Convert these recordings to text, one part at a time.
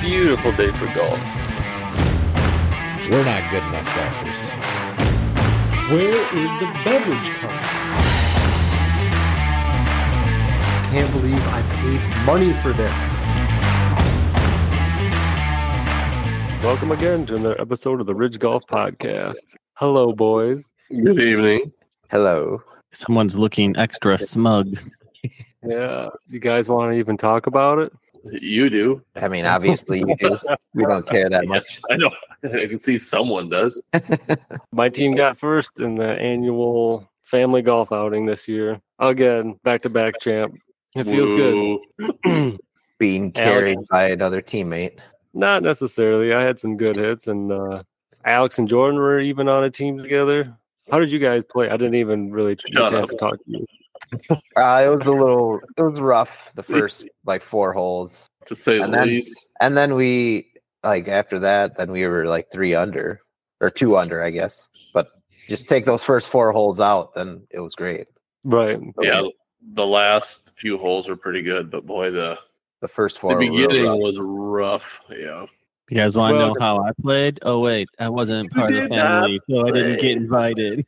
beautiful day for golf. We're not good enough golfers. Where is the beverage cart? Can't believe I paid money for this. Welcome again to another episode of the Ridge Golf Podcast. Hello, boys. Good evening. Hello. Someone's looking extra smug. Yeah, you guys want to even talk about it? You do. I mean, obviously you do. We don't care that much. I know. I can see someone does. My team got first in the annual family golf outing this year. Again, back to back champ. It feels Woo. good. Being carried by another teammate. Not necessarily. I had some good hits, and uh, Alex and Jordan were even on a team together. How did you guys play? I didn't even really get a Shut chance up. to talk to you. Uh, it was a little. It was rough the first like four holes, To say the And then- least. and then we like after that, then we were like three under or two under, I guess. But just take those first four holes out, then it was great. Right. Yeah, the last few holes were pretty good, but boy, the, The first four. the were real beginning rough. was rough. Yeah. You guys want to Well- know how I played? Oh wait, I wasn't part of the did not family, so I didn't get invited.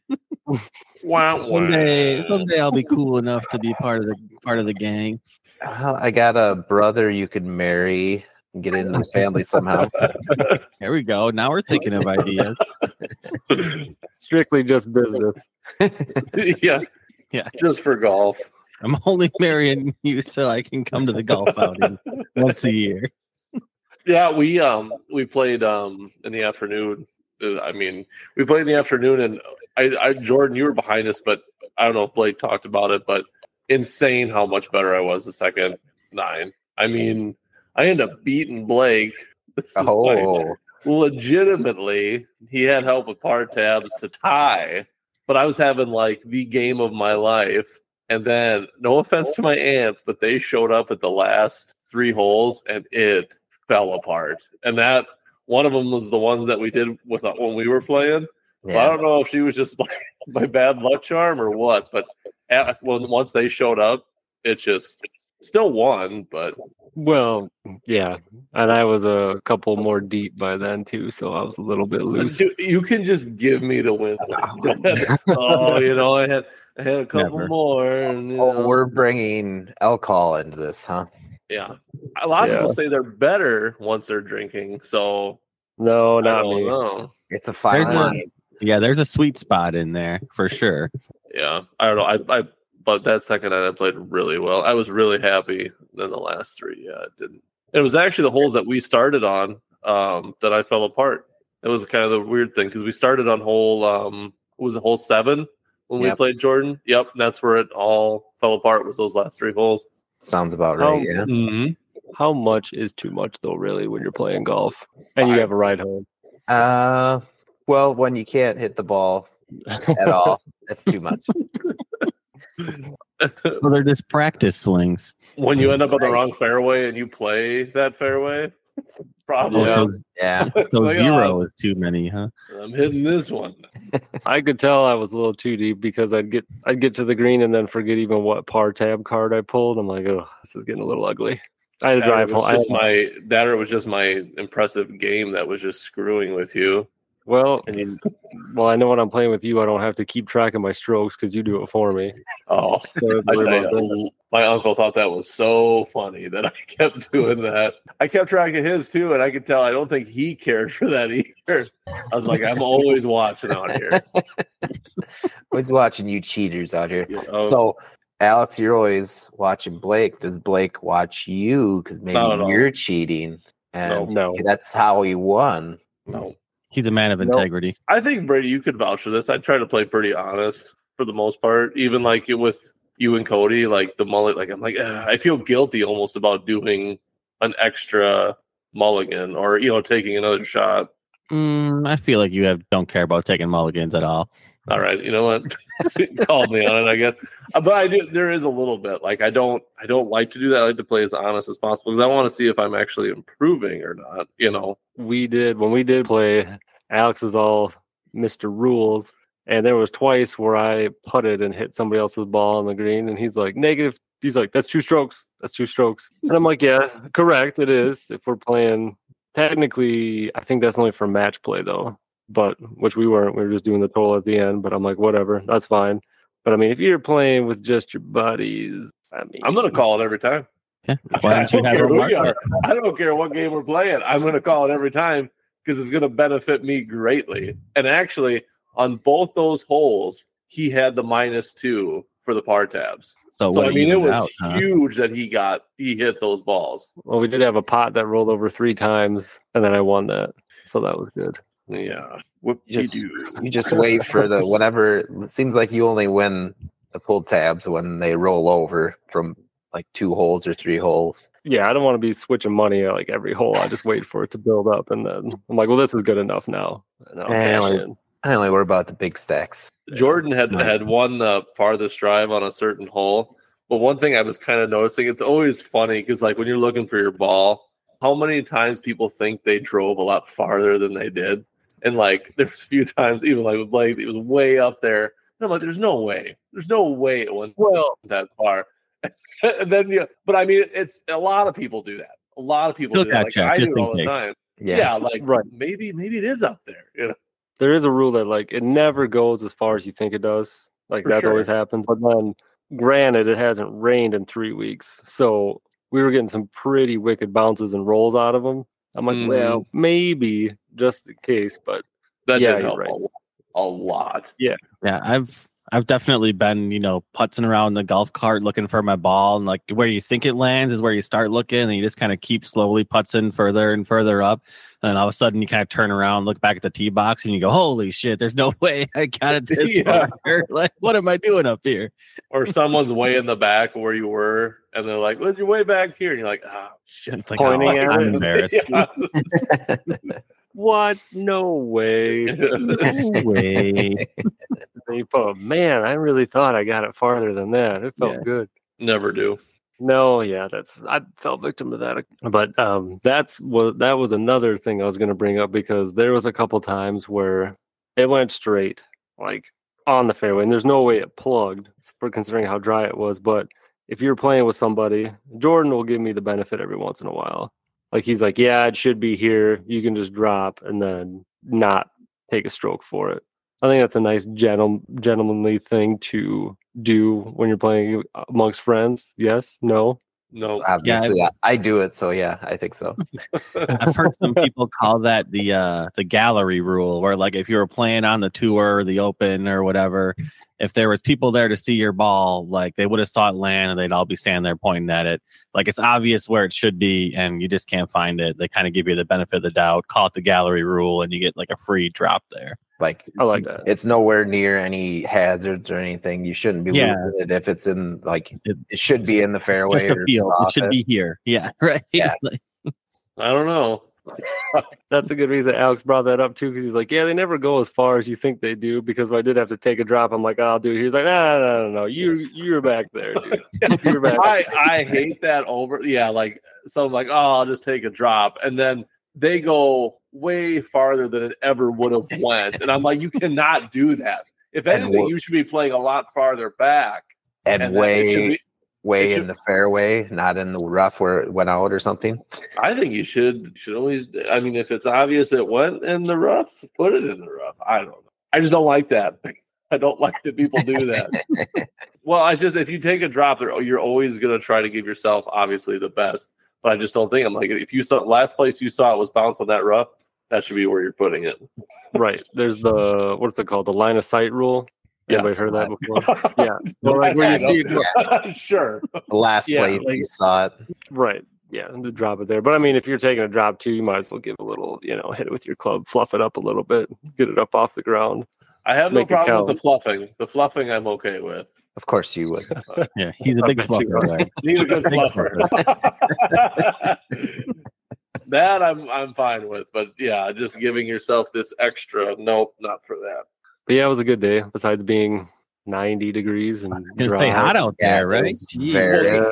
Wow. Someday, someday I'll be cool enough to be part of the part of the gang. Well, I got a brother you could marry and get into the family somehow. There we go. Now we're thinking of ideas. Strictly just business. yeah. Yeah. Just for golf. I'm only marrying you so I can come to the golf outing once a year. Yeah, we um we played um in the afternoon. Uh, I mean, we played in the afternoon, and I, I Jordan, you were behind us, but I don't know if Blake talked about it, but insane how much better I was the second nine. I mean, I end up beating Blake. This is like, oh, legitimately, he had help with par tabs to tie, but I was having like the game of my life. And then, no offense to my aunts, but they showed up at the last three holes and it fell apart. And that one of them was the ones that we did with uh, when we were playing. So I yeah. don't know if she was just like my bad luck charm or what, but at, when once they showed up, it just still won. But Well, yeah. And I was a couple more deep by then, too. So I was a little bit loose. Dude, you can just give me the win. oh, you know, I had I had a couple Never. more. And, you Oh, know. we're bringing alcohol into this, huh? yeah. A lot Yeah. of people say they're better once they're drinking. So No, I not don't me. know. It's a fine There's a- line. Yeah, there's a sweet spot in there for sure. Yeah, I don't know. I, I but that second night I played really well. I was really happy. Then the last three, yeah, it didn't. It was actually the holes that we started on um, that I fell apart. It was kind of the weird thing because we started on hole um, what was it hole seven when we Yep. played Jordan. Yep, and that's where it all fell apart. Was those last three holes? Sounds about right. Oh, yeah. How much is too much, though, really, when you're playing golf and you I- have a ride home? Uh, well, when you can't hit the ball at all, that's too much. Well, they're just practice swings. When you end up on the Right. wrong fairway and you play that fairway, problem. Also, Yeah. It's Oh, so like, zero is too many, huh? "Oh, I'm hitting this one. I could tell I was a little too deep because I'd get I'd get to the green and then forget even what par tab card I pulled. I'm like, oh, this is getting a little ugly. I had to That drive was home. I- just my that or it was just my impressive game that was just screwing with you. well, And you, well, I know when I'm playing with you, I don't have to keep track of my strokes because you do it for me. oh, So it's I, really I- about that. my uncle thought that was so funny that I kept doing that. I kept track of his too, and I could tell I don't think he cared for that either. I was like, I'm always watching out here. Always watching you cheaters out here. Oh, So, Alex, you're always watching Blake. Does Blake watch you? Because maybe Not at all. you're cheating. And no, that's how he won. no. He's a man of Nope. integrity. I think Brady, you could vouch for this. I try to play pretty honest for the most part, even like it with you and Cody, like the mullet. Like I'm like, "Ah," I feel guilty almost about doing an extra mulligan or you know taking another shot. Mm, I feel like you have don't care about taking mulligans at all. All right, you know what? Called me on it, I guess. Uh, But I do. There is a little bit. Like I don't. I don't like to do that. I like to play as honest as possible because I want to see if I'm actually improving or not. You know. we did when we did play. Alex is all Mr. Rules, and there was twice where I putted and hit somebody else's ball on the green, and he's like negative. He's like, that's two strokes. That's two strokes. And I'm like, yeah, correct. It is. If we're playing technically, I think that's only for match play though. But which we weren't. We were just doing the total at the end. But I'm like, whatever, that's fine. But I mean, if you're playing with just your buddies, I mean, I'm gonna call it every time. Yeah. Why don't you I have care a who we marker? are. I don't care what game we're playing. I'm going to call it every time because it's going to benefit me greatly. And actually, on both those holes, he had the minus two for the par tabs. So, So what I mean, it was out, huh? huge that he got he hit those balls. Well, we did have a pot that rolled over three times, and then I won that, so that was good. Yeah, whoop de Yes. doo. You just wait for the whenever it seems like you only win the pull tabs when they roll over from like two holes or three holes. Yeah, I don't want to be switching money uh, like every hole. I just wait for it to build up, and then I'm like, well, this is good enough now. And then I'll Yeah, cash like- in. I only worry about the big stacks. Jordan had Right. had won the farthest drive on a certain hole. But one thing I was kind of noticing, it's always funny because like when you're looking for your ball, how many times people think they drove a lot farther than they did. And like there was a few times, even like with Blake, it was way up there. And I'm like, there's no way. There's no way it went Well, that far. and then you but I mean it's a lot of people do that. A lot of people Still do that. got Like, checked, I do just it in all the case. time. Yeah, Yeah. like Right. maybe maybe it is up there. You know? there is a rule that like it never goes as far as you think it does. Like For that always sure. happens. But then, granted, it hasn't rained in three weeks, so we were getting some pretty wicked bounces and rolls out of them. I'm like, Mhm. well, maybe just in case, but That Yeah, did you're help right. a lot. A lot. Yeah, I've I've definitely been, you know, putzing around the golf cart looking for my ball and like where you think it lands is where you start looking and you just kind of keep slowly putzing further and further up. And all of a sudden you kind of turn around, look back at the tee box and you go, Holy shit, there's no way I got it this Yeah. far. Like, what am I doing up here? or someone's way in the back where you were, and they're like, "Well, you're way back here," and you're like, "Ah, shit." It's like, Pointing oh, at I'm it. embarrassed. Yeah. what? No way. No way. And you put, man, I really thought I got it farther than that. It felt Yeah. good. Never do. No, yeah, that's I fell victim to that. But um that's was that was another thing I was gonna bring up because there was a couple times where it went straight, like on the fairway, and there's no way it plugged for considering how dry it was. But if you're playing with somebody, Jordan will give me the benefit every once in a while. Like he's like, Yeah, it should be here. You can just drop and then not take a stroke for it. I think that's a nice gentle, gentlemanly thing to do when you're playing amongst friends. Yes, no. No. Obviously, I, I do it, so yeah, I think so. I've heard some people call that the uh the gallery rule, where like if you were playing on the tour, or the open, or whatever, if there was people there to see your ball, like they would have saw it land, and they'd all be standing there pointing at it. Like it's obvious where it should be, and you just can't find it. They kind of give you the benefit of the doubt, call it the gallery rule, and you get like a free drop there. Like I like that. it's nowhere near any hazards or anything. You shouldn't be Yeah. losing it if it's in like It- it, should be in the fairway. Just a or field, it off should be here. Yeah, right. Yeah. Like, I don't know. That's a good reason Alex brought that up too, because he's like, yeah, they never go as far as you think they do. Because when I did have to take a drop, I'm like, I'll do it. He's like, no, no, no, no, you you're back there, dude. You're back. I I hate that over. Yeah, like so. I'm like, oh, I'll just take a drop, and then they go way farther than it ever would have went, and I'm like, you cannot do that. If And anything, wh- you should be playing a lot farther back. and, then it way should be- way it in should- the fairway, not in the rough where it went out or something. I think you should should always. I mean, if it's obvious it went in the rough, put it in the rough. I don't know. I just don't like that. I don't like that people do that. well, I just if you take a drop, there you're always gonna try to give yourself obviously the best. But I just don't think I'm like if you saw last place you saw it was bounced on that rough, that should be where you're putting it. right. There's the what's it called? The line of sight rule. Anybody Yes. heard that before? Yeah. Well, like where you Yeah, see sure. The last Yeah, place like- you saw it. Right. Yeah, to drop it there. But I mean, if you're taking a drop too, you might as well give a little, you know, hit it with your club, fluff it up a little bit, get it up off the ground. I have no Make it problem with count. the fluffing. The fluffing I'm okay with. Of course you would. yeah, he's a big I bet you fluffer. there. He's a good Big fluffer. that I'm I'm fine with, but yeah, just giving yourself this extra. Nope, not for that. But yeah, it was a good day. Besides being 90 degrees and Gonna dry, stay hot out Yeah, there, it right? was Jeez. very- Yeah,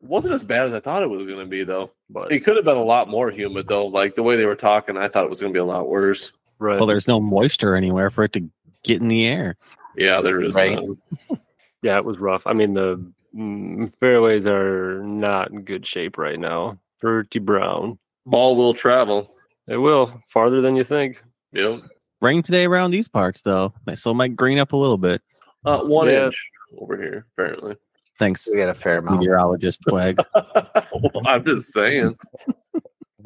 Wasn't as bad as I thought it was going to be, though. but It could have been a lot more humid, though. Like the way they were talking, I thought it was going to be a lot worse. right. Well, there's no moisture anywhere for it to get in the air. Yeah, there is. um, Right. none. yeah, it was rough. I mean, the mm, fairways are not in good shape right now. Pretty brown. Ball will travel. It will farther than you think. Yep. Rain today around these parts though, so it might green up a little bit. Uh, one Yeah. inch over here, apparently. Thanks, We got a fair amount. meteorologist Twag. Well, I'm just saying.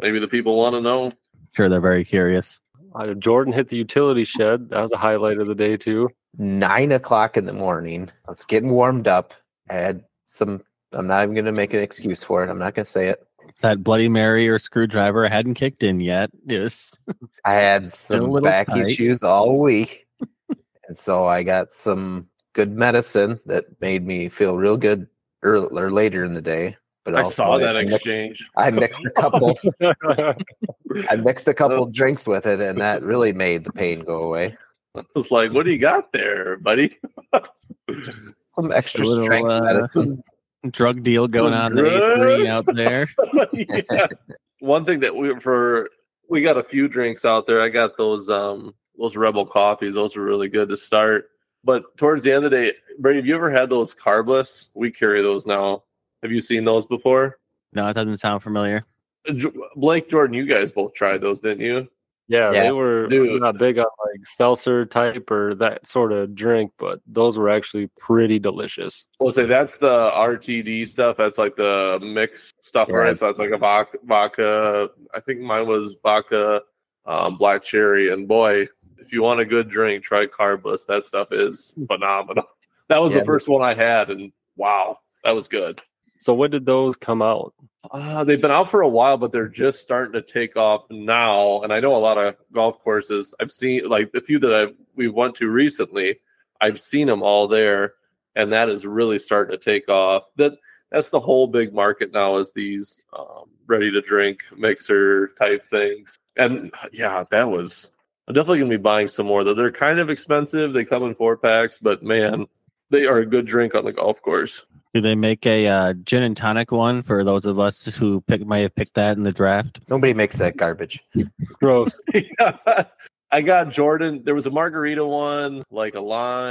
Maybe the people want to know. sure, they're very curious. Uh, Jordan hit the utility shed. That was a highlight of the day too. Nine o'clock in the morning. I was getting warmed up. I had some. I'm not even going to make an excuse for it. I'm not going to say it. That Bloody Mary or screwdriver hadn't kicked in yet. Yes. I had a some little back tight. issues all week. and so I got some good medicine that made me feel real good earl- or later in the day. But I also saw that mixed- exchange. I mixed a couple I I mixed a couple drinks with it and that really made the pain go away. I was like, what do you got there, buddy? Just some extra little, strength uh, medicine. Drug deal going on in the eighth drugs. green out there. Yeah. One thing that we for we got a few drinks out there. I got those um those rebel coffees. Those were really good to start. But towards the end of the day, Brady, have you ever had those carbless? We carry those now. Have you seen those before? No, it doesn't sound familiar. J- Blake Jordan, you guys both tried those, didn't you? Yeah, Yeah, they were dude. not big on like seltzer type or that sort of drink, but those were actually pretty delicious. Well, say that's the RTD stuff. That's like the mixed stuff, Right. right? So that's like a vodka, vodka. I think mine was vodka, um, black cherry, and boy, if you want a good drink, try carbless. That stuff is phenomenal. That was Yeah. the first one I had, and wow, that was good. So when did those come out? Uh, they've been out for a while, but they're just starting to take off now. And I know a lot of golf courses. I've seen like the few that I we went to recently. I've seen them all there, and that is really starting to take off. That that's the whole big market now is these um, ready to drink mixer type things. And yeah, that was. I'm definitely gonna be buying some more though. They're kind of expensive. They come in four packs, but man, they are a good drink on the golf course. Do they make a uh, gin and tonic one for those of us who pick, might have picked that in the draft? Nobody makes that garbage. Gross. Yeah. I got Jordan. There was a margarita one, like a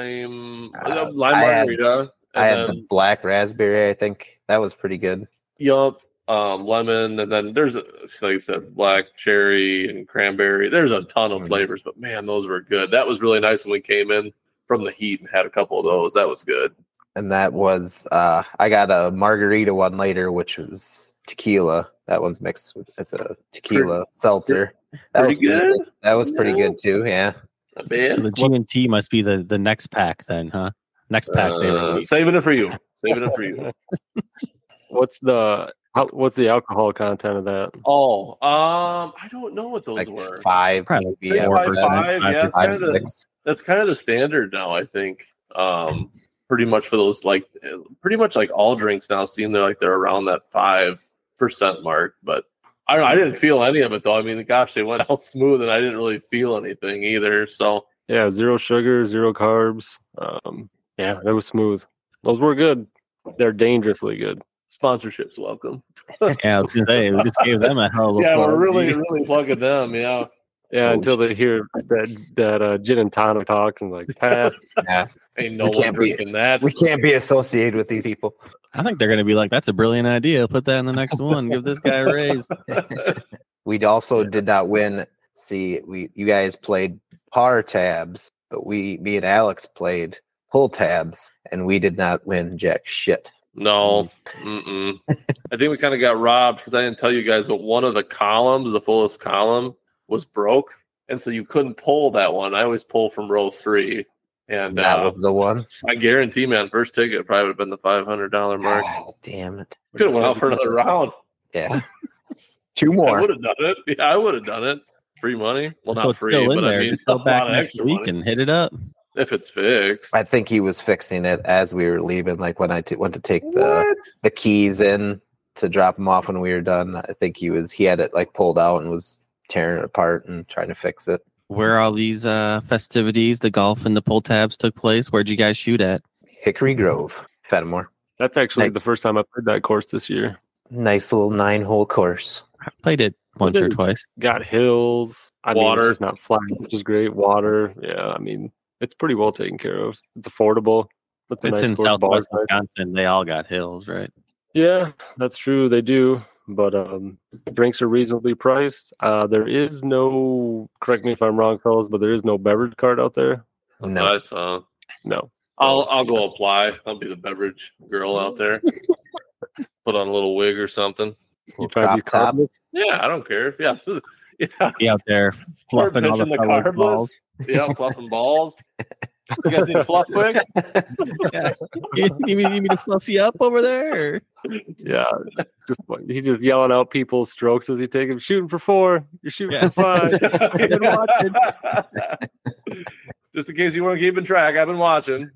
lime, Uh, a lime I had- margarita. I and had the black raspberry, I think. That was pretty good. yup, um, lemon, and then there's a, like I said, black cherry and cranberry. There's a ton of Mm. flavors, but man, those were good. That was really nice when we came in from the heat and had a couple of those. That was good. and that was uh I got a margarita one later, which was tequila. That one's mixed with it's a tequila seltzer. That pretty was pretty good. That was pretty Yeah. good too. Yeah, Not bad. So the G and T must be the, the next pack then, huh? Next pack they Uh, release. saving it for you. Saving it for you. What's the how, what's the alcohol content of that? Oh, um, I don't know what those like were. five, Probably maybe four after or that, five, yeah, to it's kinda five, the- six. that's kind of the standard now i think um pretty much for those like eh, pretty much like all drinks now seem they're like they're around that five percent mark but i don't know i didn't feel any of it though i mean gosh they went out smooth and i didn't really feel anything either so Yeah, zero sugar, zero carbs. Um, yeah, that was smooth. Those were good. They're dangerously good. sponsorships welcome Yeah, I was gonna say, we just gave them a hell of a yeah we're plug. really really plugging them yeah Yeah, Oh, until they hear that that uh, gin and tonic talk and like pass. Yeah. ain't no We one can't be- drinking that We can't be associated with these people. I think they're gonna be like, "That's a brilliant idea. Put that in the next one. Give this guy a raise." We also did not win. See, we you guys played par tabs, but we, me and Alex played pull tabs, and we did not win jack shit. No, Mm. mm-mm. I think we kind of got robbed because I didn't tell you guys, but one of the columns, the fullest column, was broke, and so you couldn't pull that one. I always pull from row three, and that uh, was the one. I guarantee, man, first ticket probably would have been the five hundred dollar mark. Oh, damn it! Could have went out for another round. Yeah, two I more. would have done it. Yeah, I would have done it. Free money? Well, so not it's free, still in but there. I mean, just go a back lot of next extra week money. and hit it up. if it's fixed. I think he was fixing it as we were leaving. Like when I t- went to take the, what? the keys in to drop them off when we were done, I think he was he had it like pulled out and was tearing it apart and trying to fix it. Where all these uh, festivities, the golf and the pull tabs took place? Where'd you guys shoot at? Hickory Grove, Fenimore, That's actually Like- the first time I played that course this year. nice little nine hole course. I played it once or Dude. twice. Got hills. I mean, Water. it's just not flat, which is great. Water. Yeah, I mean, it's pretty well taken care of. It's affordable. It's, a It's nice in course, ball southwest type. Wisconsin. They all got hills, right? Yeah, that's true. They do. but um, drinks are reasonably priced. Uh, there is no, correct me if I'm wrong, fellas, but there is no beverage card out there. No. No, I saw. No. I'll I'll go apply. I'll be the beverage girl out there. Put on a little wig or something. You try to be Crop top. cardless? Yeah, I don't care. Yeah, yeah, Be out there fluffing all the, pitching the fellas' carbless. balls. yeah. Fluffing balls. You guys need fluff wig? you, you mean you mean to fluff you up over there? or- Yeah. Just like- he's just yelling out people's strokes as he takes them. Shooting for four. You're shooting Yeah. for five. been watching. Just in case you weren't keeping track, I've been watching.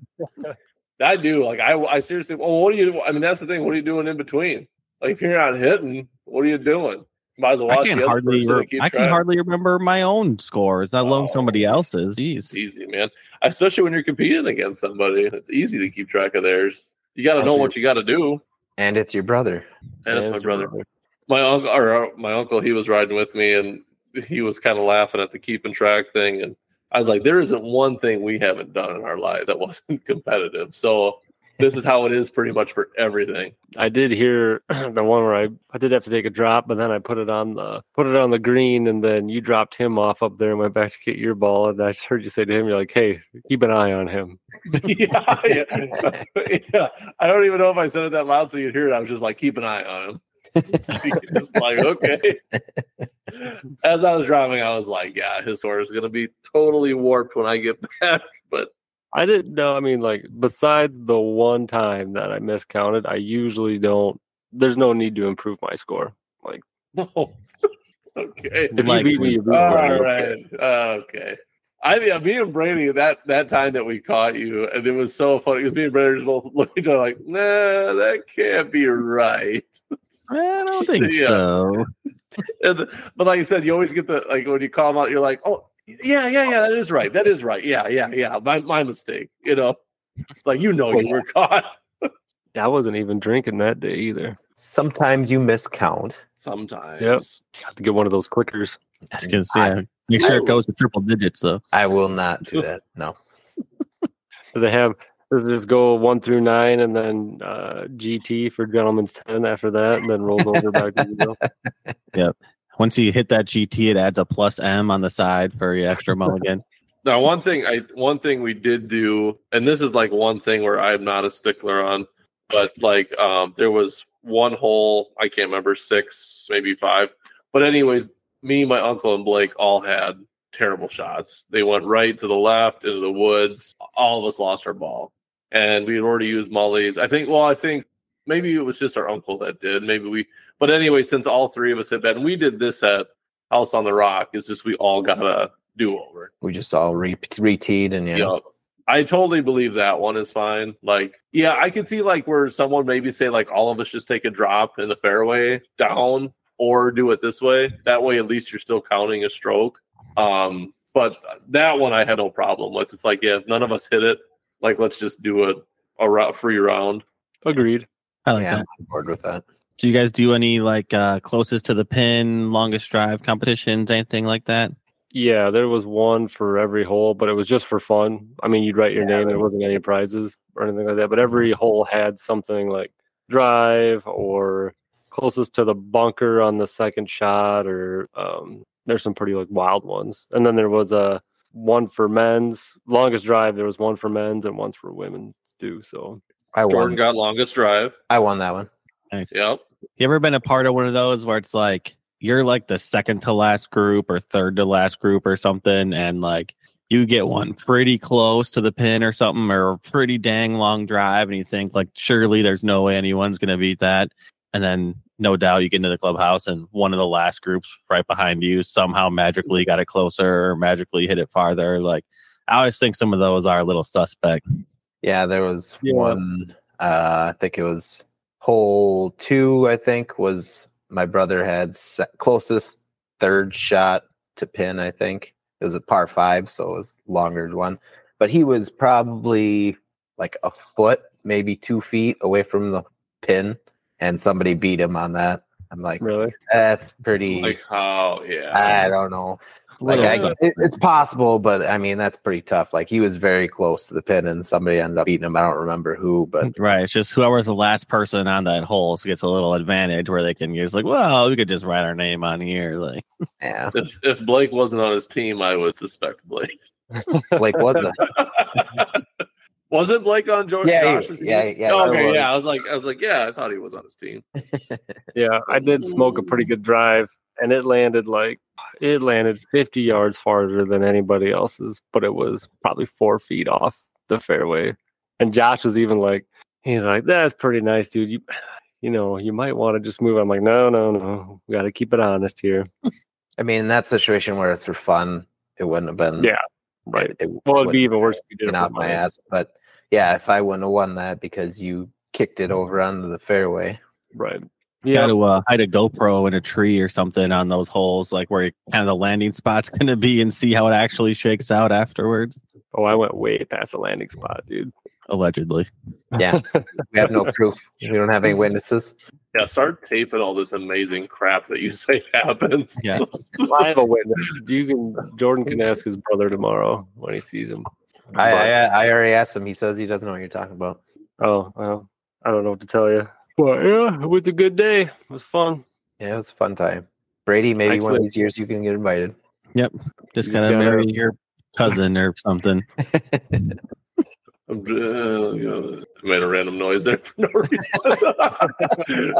I do. Like I, I seriously. Well, what are you? I mean, that's the thing. What are you doing in between? Like if you're not hitting, what are you doing? Might as well watch I can the other hardly person and re- keep I can track. hardly remember my own scores. Let alone Oh. somebody else's. Jeez. It's easy, man. Especially when you're competing against somebody, it's easy to keep track of theirs. You got to Also know your- what you got to do. and it's your brother. And it's my There's your brother. my uncle or uh, my uncle he was riding with me and he was kind of laughing at the keeping track thing and i was like there isn't one thing we haven't done in our lives that wasn't competitive so this is how it is pretty much for everything I did hear the one where I, I did have to take a drop, but then I put it on the put it on the green, and then you dropped him off up there and went back to get your ball. And I just heard you say to him, "You're like, hey, keep an eye on him." yeah, yeah. yeah i don't even know if i said it that loud so you'd hear it i was just like keep an eye on him just like okay as i was driving i was like yeah his order is going to be totally warped when i get back but I didn't know. I mean, like besides the one time that I miscounted, I usually don't. There's no need to improve my score. no okay If Like- you beat me, you beat me. All right. Okay. I mean, me and Brady that that time that we caught you, and it was so funny because me and Brady just both looked at each other like, "Nah, that can't be right." I don't think Yeah. so. And the- but like I said, you always get the like when you call them out, you're like, "Oh, yeah, yeah, yeah, that is right. That is right. Yeah, yeah, yeah. My my mistake." You know, it's like you know Well, you were caught I wasn't even drinking that day either. Sometimes you miscount. sometimes. Have to get one of those clickers. That's 'cause, yeah, make sure it goes to triple digits though. I will not do that. No. Do They have does it just go one through nine, and then uh, GT for gentlemen's ten after that, and then rolls over back to zero. Once you hit that GT, it adds a plus M on the side for your extra mulligan. Now, one thing I one thing we did do, and this is like one thing where I'm not a stickler on, but like um there was one hole, I can't remember six, maybe five. But anyways, me, my uncle, and Blake all had terrible shots. They went right to the left into the woods. All of us lost our ball. And we had already used mullies. I think well, I think maybe it was just our uncle that did. Maybe we but anyway, since all three of us had been we did this at House on the Rock, it's just we all got a do over. We just all re- reteed and you Yeah. know. I totally believe that one is fine. Like, yeah, I could see like where someone maybe say like all of us just take a drop in the fairway down or do it this way. That way at least you're still counting a stroke. Um, but that one I had no problem with. It's like, yeah, if none of us hit it, like let's just do a, a rou- free round. Agreed. I like yeah, that. I'm on board with that. Do you guys do any like uh closest to the pin, longest drive competitions, anything like that? Yeah, there was one for every hole, but it was just for fun. I mean, you'd write your Yeah, name. that Mm-hmm. There was- wasn't any prizes or anything like that. But every hole had something like drive or closest to the bunker on the second shot, or um, there's some pretty like wild ones. And then there was a one for men's longest drive. There was one for men's and one's for women's too. So I Jordan won. got longest drive. I won that one. Yep. You ever been a part of one of those where it's like you're like the second to last group or third to last group or something, and like you get one pretty close to the pin or something, or a pretty dang long drive, and you think like surely there's no way anyone's gonna beat that, and then no doubt you get into the clubhouse and one of the last groups right behind you somehow magically got it closer or magically hit it farther. Like I always think some of those are a little suspect. Yeah, there was Yeah. one. Uh, I think it was hole two. I think was my brother had se- closest third shot to pin. I think it was a par five, so it was longer one. But he was probably like a foot, maybe two feet away from the pin, and somebody beat him on that. I'm like, really, that's pretty. Like how I yeah. don't know. Like Little I, something. it, it's possible, but I mean that's pretty tough. Like he was very close to the pin, and somebody ended up beating him. I don't remember who, but Right. It's just whoever's the last person on that hole gets a little advantage where they can use like, well, we could just write our name on here. Like yeah, If, if Blake wasn't on his team, I would suspect Blake. Blake was a wasn't Blake on Jordan Yeah, he- Josh's team? yeah, yeah, Oh, I okay, was. yeah. I was like, I was like, yeah, I thought he was on his team. Yeah, I did smoke a pretty good drive, and it landed like it landed 50 yards farther than anybody else's, but it was probably four feet off the fairway. And Josh was even like, he's like, "That's pretty nice, dude. You, you know, you might want to just move." I'm like, "No, no, no. We got to keep it honest here." I mean, in that situation where it's for fun, it wouldn't have been. Yeah, right. It, it Well, it'd wouldn't be even worse if you did it been for off my money. ass. But yeah, if I wouldn't have won that because you kicked it over onto the fairway, Right? got Yeah. to uh, hide a GoPro in a tree or something on those holes, like where kind of the landing spot's gonna be and see how it actually shakes out afterwards. Oh, I went way past the landing spot, dude. Allegedly. we have no proof. We don't have any witnesses. Yeah, start taping all this amazing crap that you say happens. Yeah. I have a witness. You can Jordan can ask his brother tomorrow when he sees him. I, But- I I already asked him. He says he doesn't know what you're talking about. Oh, well, I don't know what to tell you. Well, yeah, it was a good day. It was fun. Yeah, it was a fun time. Brady, maybe one of Excellent. these years you can get invited. Just You just kind of gotta- marry your cousin or something. I'm ju- I made a random noise there for no reason.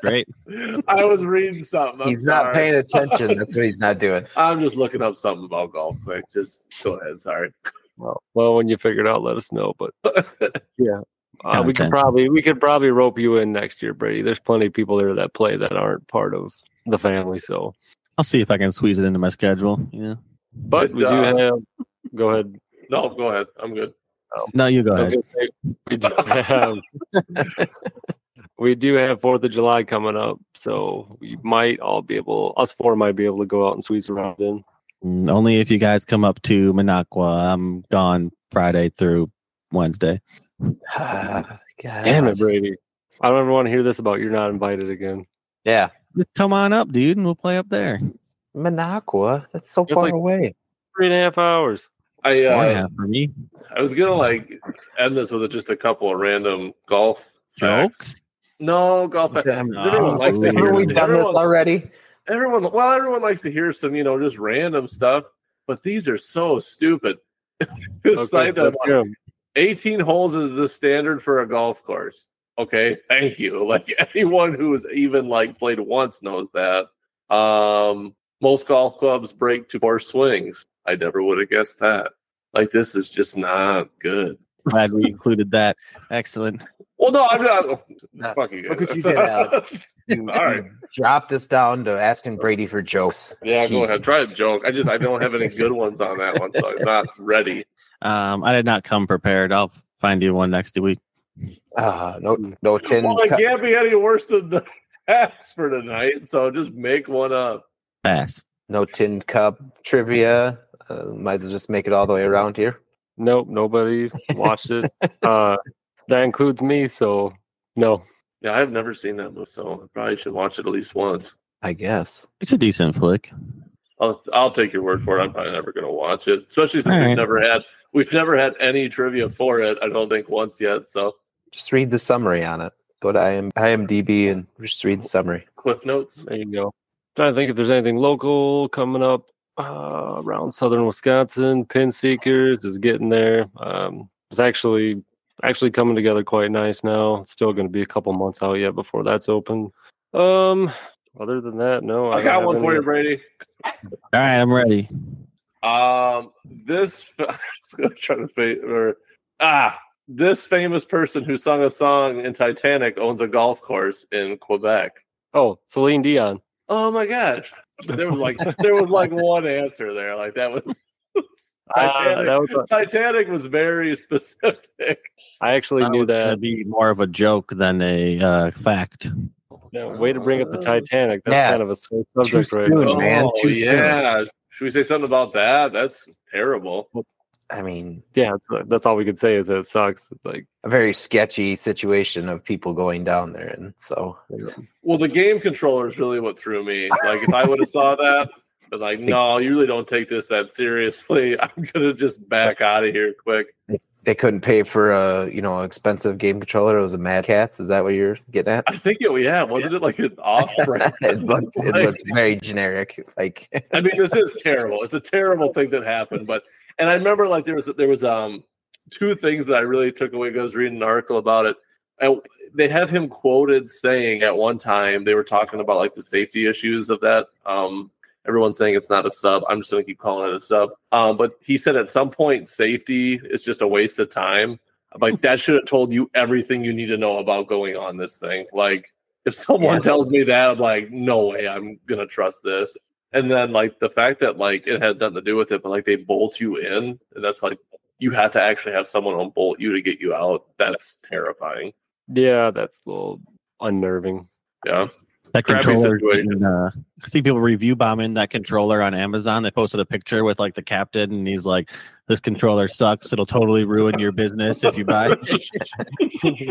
Great. I was reading something. I'm he's sorry. not paying attention. That's what he's not doing. I'm just looking up something about golf quick. Just go ahead. Sorry. Well, well, when you figure it out, let us know. But yeah, uh, we could Content. probably we could probably rope you in next year, Brady. There's plenty of people there that play that aren't part of the family. So, I'll see if I can squeeze it into my schedule. Yeah. but uh, Good we do job. have. Go ahead. No, go ahead. I'm good. Oh, No, you go I was ahead. gonna say, we do have we do have Fourth of July coming up, so we might all be able. Us four might be able to go out and squeeze around in. Mm, Only if you guys come up to Minocqua. I'm gone Friday through Wednesday. Damn Damn it, Brady! I don't ever want to hear this about you're not invited again. Yeah, Just come on up, dude, and we'll play up there. Minocqua. That's so It's far like- away. Three and a half hours. I One and a uh, half for me. I was gonna like end this with just a couple of random golf facts. Jokes. No golf. Facts. Damn. Everyone likes to Haven't hear. We've done this everyone- already. everyone well everyone likes to hear some you know just random stuff but these are so stupid This site does let's like, hear 'em. 18 holes is the standard for a golf course okay thank you like anyone who has even like played once knows that um most golf clubs break to four swings i never would have guessed that like this is just not good Glad we included that. Excellent. well no i'm not No, fucking good. look what you did, Alex. You, All right. you dropped us down to asking Brady for jokes. yeah go Jeez. ahead try a joke i just i don't have any good ones on that one so i'm not ready Um, I did not come prepared. I'll find you one next week. Uh, no, no tin. Well, it cup. can't be any worse than the hacks for tonight. So just make one up. Pass. no tin cup trivia. Uh, might as well just make it all the way around here. Nope, nobody watched it. Uh, that includes me. So no, Yeah, I've never seen that one, so I probably should watch it at least once. I guess. It's a decent flick. I'll I'll take your word for it. I'm probably never going to watch it, especially since All we've right. never had we've never had any trivia for it. I don't think once yet. So Just read the summary on it. Go to IM, IMDb and just read the summary. Cliff Notes. there you go. Trying to think if there's anything local coming up uh, around southern Wisconsin. Pin Seekers is getting there. Um, it's actually actually coming together quite nice now. It's still going to be a couple months out yet before that's open. Um, other than that, no. I don't got have one for any- you, Brady. All right, I'm ready. Um, this fa- I'm just gonna try to fa- or ah, this famous person who sung a song in Titanic owns a golf course in Quebec. Oh, Celine Dion. Oh my gosh. There was like there was like one answer there. Like that was Uh, Titanic, that was a- Titanic was very specific. I actually knew Uh, that. That'd be more of a joke than a uh, fact. Yeah, way to bring up the Uh, Titanic. That's Yeah. kind of a sore subject right soon. now. Oh, man, too yeah. Should we say something about that? That's terrible. I mean, Yeah, it's- uh, that's all we could say is that it sucks. It's Like, a very sketchy situation of people going down there, and so Well, the game controller is really what threw me. Like if I would have saw that, But like, no, you really don't take this that seriously. I'm gonna just back out of here quick. They couldn't pay for a you know expensive game controller. It was a Mad Cats. Is that what you're getting at? I think it yeah, wasn't it like an off brand? it looked it looked very generic. Like I mean, this is terrible. It's a terrible thing that happened. But and I remember like there was there was um two things that I really took away. 'cause I was reading an article about it. And they have him quoted saying at one time they were talking about like the safety issues of that. Um, everyone's saying it's not a sub. I'm just gonna keep calling it a sub. Um, but he said at some point safety is just a waste of time. I'm Like that should have told you everything you need to know about going on this thing. Like if someone Yeah. tells me that, I'm like, no way, I'm gonna trust this. And then like the fact that like it had nothing to do with it, but like they bolt you in, and that's like you have to actually have someone unbolt you to get you out. That's terrifying. Yeah, that's a little unnerving. Yeah. That Crappy controller. situation. and, uh, I see people review bombing that controller on Amazon. They posted a picture with like the captain, and he's like, "This controller sucks. It'll totally ruin your business if you buy." it."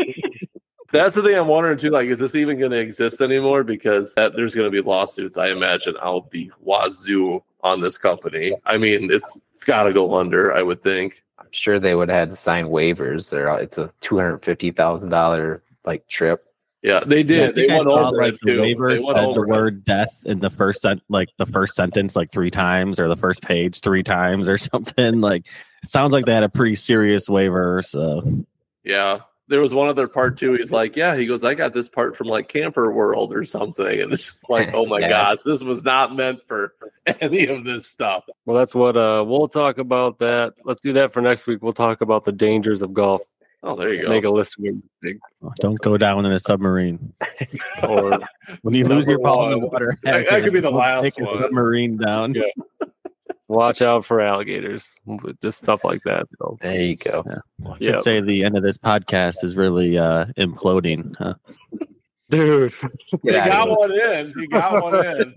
That's the thing I'm wondering too. Like, is this even going to exist anymore? Because that, there's going to be lawsuits, I imagine, out the wazoo on this company. I mean, it's it's got to go under, I would think. I'm sure they would have had to sign waivers. There, it's a two hundred fifty thousand dollar like trip. Yeah, they I did. think they I went saw, over like it the too. waiver They went said the over it. word "death" in the first sen- like the first sentence like three times, or the first page three times, or something. Like, it sounds like they had a pretty serious waiver. So, Yeah. There was one other part too. He's like, yeah, he goes, I got this part from like Camper World or something. And it's just like, oh my Yeah. gosh, this was not meant for any of this stuff. Well, that's what uh, we'll talk about. That let's do that for next week. We'll talk about the dangers of golf. Oh, there you go. Make a list of everything. oh, don't go down in a submarine. Or When you lose your Number ball in the one. water, That- that could be the Don't last take a one. Submarine down. Yeah. watch out for alligators, just stuff like that. So There you go. Should Yeah. say the end of this podcast is really uh, imploding. Huh? dude. You Get got outta one in. You got one in.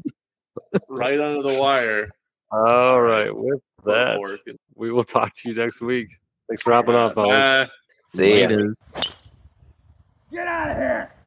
right under the wire. All right, with that, Fork. we will talk to you next week. Thanks for hopping on, fellas. Bye. here. See ya. Later. Get out of here!